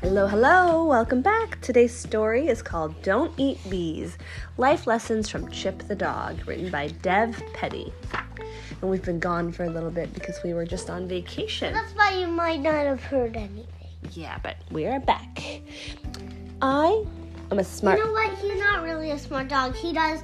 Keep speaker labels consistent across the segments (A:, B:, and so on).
A: Hello, hello, welcome back. Today's story is called Don't Eat Bees Life Lessons from Chip the Dog, written by Dev Petty. And we've been gone for a little bit because we were just on vacation.
B: That's why you might not have heard anything.
A: Yeah, but we are back. I am a smart.
B: You know what? He's not really a smart dog. He does.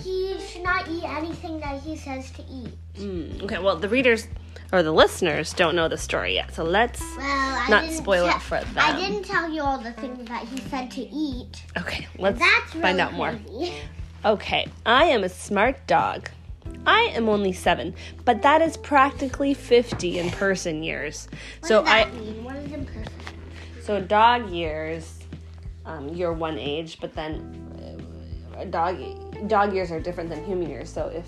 B: He should not eat anything that he says to eat.
A: Mm, okay, well, the readers or the listeners don't know the story yet, so let's.
B: Well, I
A: Not
B: didn't
A: spoil it
B: te-
A: for them.
B: I didn't tell you all the things that he said to eat.
A: Okay, let's
B: That's really
A: find out more.
B: crazy.
A: Okay, I am a smart dog. I am only seven, but that is practically 50 in person years.
B: What
A: so
B: does that
A: I.
B: mean? What is imperfect?
A: So dog years, um, you're one age, but then uh, dog dog years are different than human years. So if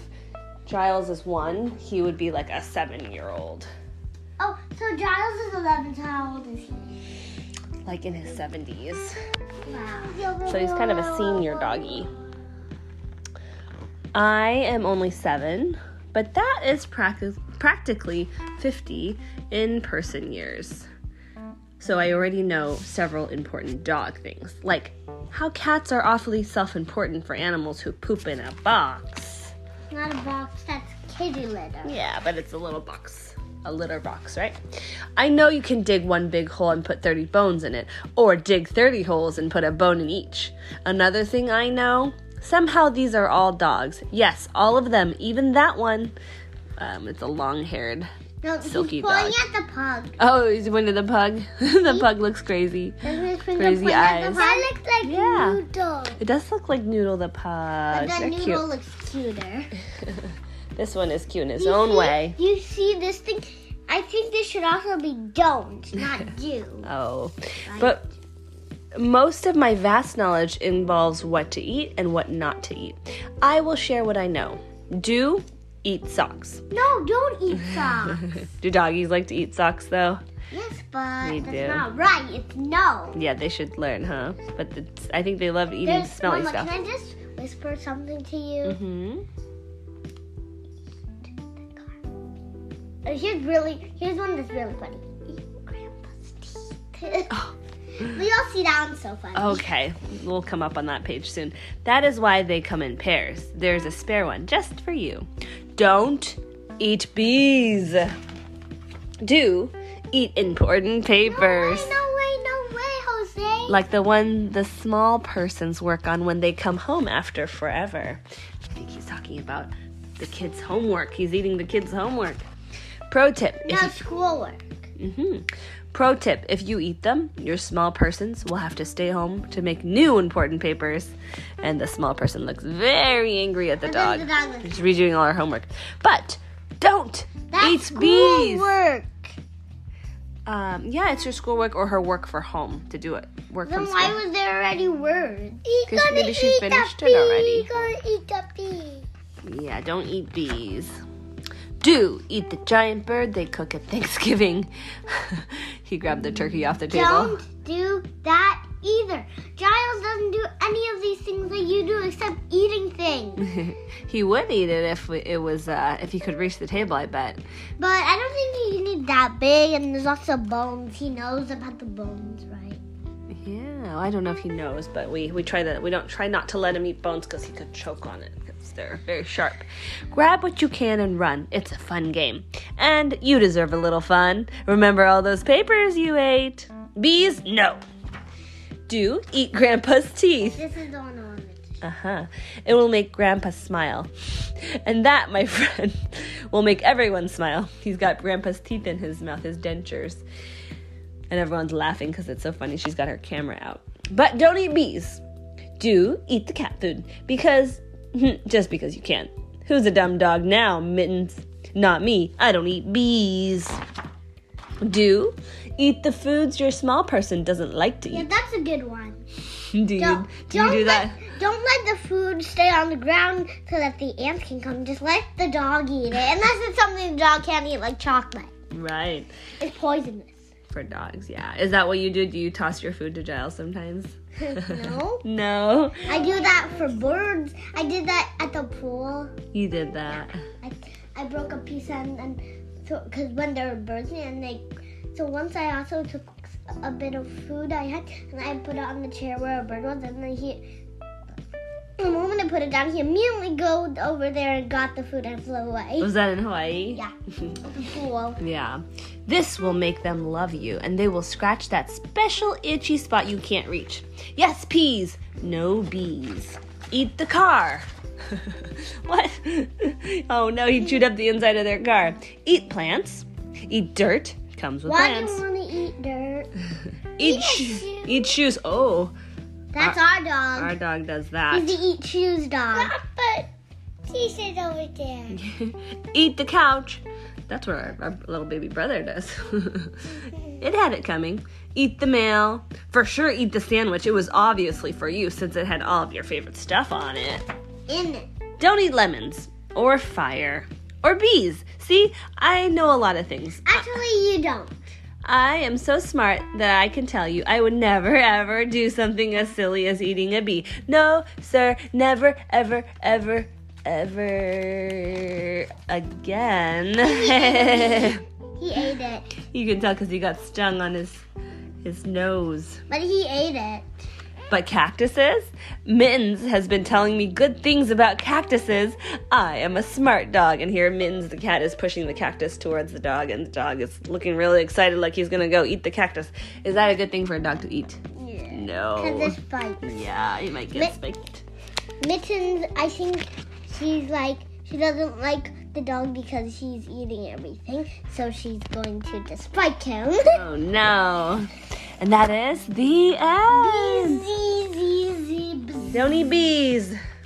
A: Giles is one, he would be like a seven year old,
B: Oh, so Giles is 11. So how old is he?
A: like in his seventies.
B: Wow.
A: So he's kind of a senior doggy. I am only seven, but that is practic- practically 50 in person years. So I already know several important dog things, like how cats are awfully self important for animals who poop in a box.
B: Not a box. That's kitty litter.
A: Yeah, but it's a little box. A litter box, right? I know you can dig one big hole and put 30 bones in it, or dig 30 holes and put a bone in each. Another thing I know somehow these are all dogs. Yes, all of them, even that one. Um, it's a long haired.
B: No,
A: Silky
B: he's pulling
A: dog.
B: at the pug.
A: Oh, he's one of the pug. the pug looks crazy.
B: Doesn't his finger
A: Crazy
B: point at
A: eyes.
B: the pug? That looks like
A: Yeah.
B: noodle.
A: It does look like Noodle the pug.
B: But
A: They're
B: that noodle
A: cute.
B: looks cuter.
A: this one is cute in his
B: You
A: own
B: see-
A: way.
B: You see this thing? I think this should also be don't, not do.
A: Oh. But most of my vast knowledge involves what to eat and what not to eat. I will share what I know. Do eat socks.
B: No, don't eat socks.
A: Do doggies like to eat socks though?
B: yes, but
A: They
B: that's
A: do.
B: not right. It's no.
A: Yeah, they should learn, huh? But it's, I think they love eating
B: There's
A: smelly
B: Mama,
A: stuff.
B: Can I just whisper something to you?
A: hmm Mm-hmm.
B: Uh, Here's really. Here's one that's really funny. Eat grandpa's teeth.
A: Oh.
B: we all see that one so funny.
A: Okay, we'll come up on that page soon. That is why they come in pairs. There's a spare one just for you. Don't eat bees. Do eat important
B: No way,
A: papers.
B: no way, no way, Jose.
A: like the one the small persons work on when they come home after forever. I think he's talking about the kids' homework. He's eating the kids' homework. Pro tip: if
B: no schoolwork.
A: you, Mhm. Pro tip: If you eat them, your small persons will have to stay home to make new important papers, and the small person looks very angry at the
B: And
A: dog.
B: then the dog looks-
A: He's redoing all our homework, but don't
B: That's
A: eat bees.
B: schoolwork.
A: Um, yeah, it's your schoolwork or her work for home to do it. Work
B: Then
A: from
B: why
A: school.
B: was there already words?
A: 'Cause gonna maybe she eat the finished it bee, already.
B: Gonna eat the bee.
A: Yeah, don't eat bees. Do eat the giant bird they cook at Thanksgiving. he grabbed the turkey off the table.
B: Don't do that either. Giles doesn't do any of these things that you do except eating things.
A: he would eat it if it was uh, if he could reach the table. I bet.
B: But I don't think he's that big, and there's lots of bones. He knows about the bones, right?
A: Yeah, I don't know if he knows, but we we try that we don't try not to let him eat bones because he could choke on it because they're very sharp. Grab what you can and run. It's a fun game, and you deserve a little fun. Remember all those papers you ate. Bees, no. Do eat Grandpa's teeth.
B: This is the one I wanted. to-
A: Uh huh. It will make Grandpa smile. And that, my friend, will make everyone smile. He's got Grandpa's teeth in his mouth, his dentures. And everyone's laughing because it's so funny. She's got her camera out. But don't eat bees. Do eat the cat food. Because, just because you can. Who's a dumb dog now, Mittens? Not me. I don't eat bees. Do eat the foods your small person doesn't like to
B: Yeah,
A: eat.
B: that's a good one.
A: Do you, do you
B: Don't,
A: do
B: don't
A: that?
B: Let, don't let the food stay on the ground so that the ants can come. Just let the dog eat it, unless it's something the dog can't eat, like chocolate.
A: Right.
B: It's poisonous.
A: For dogs, yeah. Is that what you do? Do you toss your food to Giles sometimes?
B: no.
A: No,
B: I do that for birds. I did that at the pool.
A: you did that.
B: I, I broke a piece and and so because when there were birds and they so once I also took a bit of food I had, and I put it on the chair where a bird was, and then he. The moment I put it down, he immediately go over there and got the food and flew away.
A: Was that in Hawaii?
B: Yeah. Cool.
A: Yeah. This will make them love you and they will scratch that special itchy spot you can't reach. Yes, peas, no bees. Eat the car. what? oh no, he chewed up the inside of their car. Eat plants. Eat dirt. Comes with
B: Why do
A: plants. Uh,
B: you want to eat dirt?
A: Eat,
B: a
A: sho-
B: shoe?
A: eat shoes. Oh,
B: That's our dog.
A: our dog does that.
B: He's the eat shoes dog. But Tisha's over there.
A: eat the couch. That's what our, our little baby brother does. it had it coming. Eat the mail. For sure, eat the sandwich. It was obviously for you since it had all of your favorite stuff on it.
B: In it.
A: Don't eat lemons, or fire, or bees. See, I know a lot of things.
B: Actually, you don't.
A: I am so smart that I can tell you I would never ever do something as silly as eating a bee. No, sir, never, ever, ever, ever again.
B: He ate it.
A: you can tell because he got stung on his his nose.
B: But he ate it.
A: But cactuses? Mittens has been telling me good things about cactuses. I am a smart dog. And here, Mittens the cat is pushing the cactus towards the dog, and the dog is looking really excited like he's gonna go eat the cactus. Is that a good thing for a dog to eat?
B: Yeah. Because
A: No.
B: it's spikes.
A: Yeah, you might
B: Mitt-
A: get spiked.
B: Mittens, I think she's like, she doesn't like the dog because she's eating everything. So she's going to despite him.
A: Oh no. And that is the end.
B: Z, Z, Z, bzz.
A: Don't eat bees.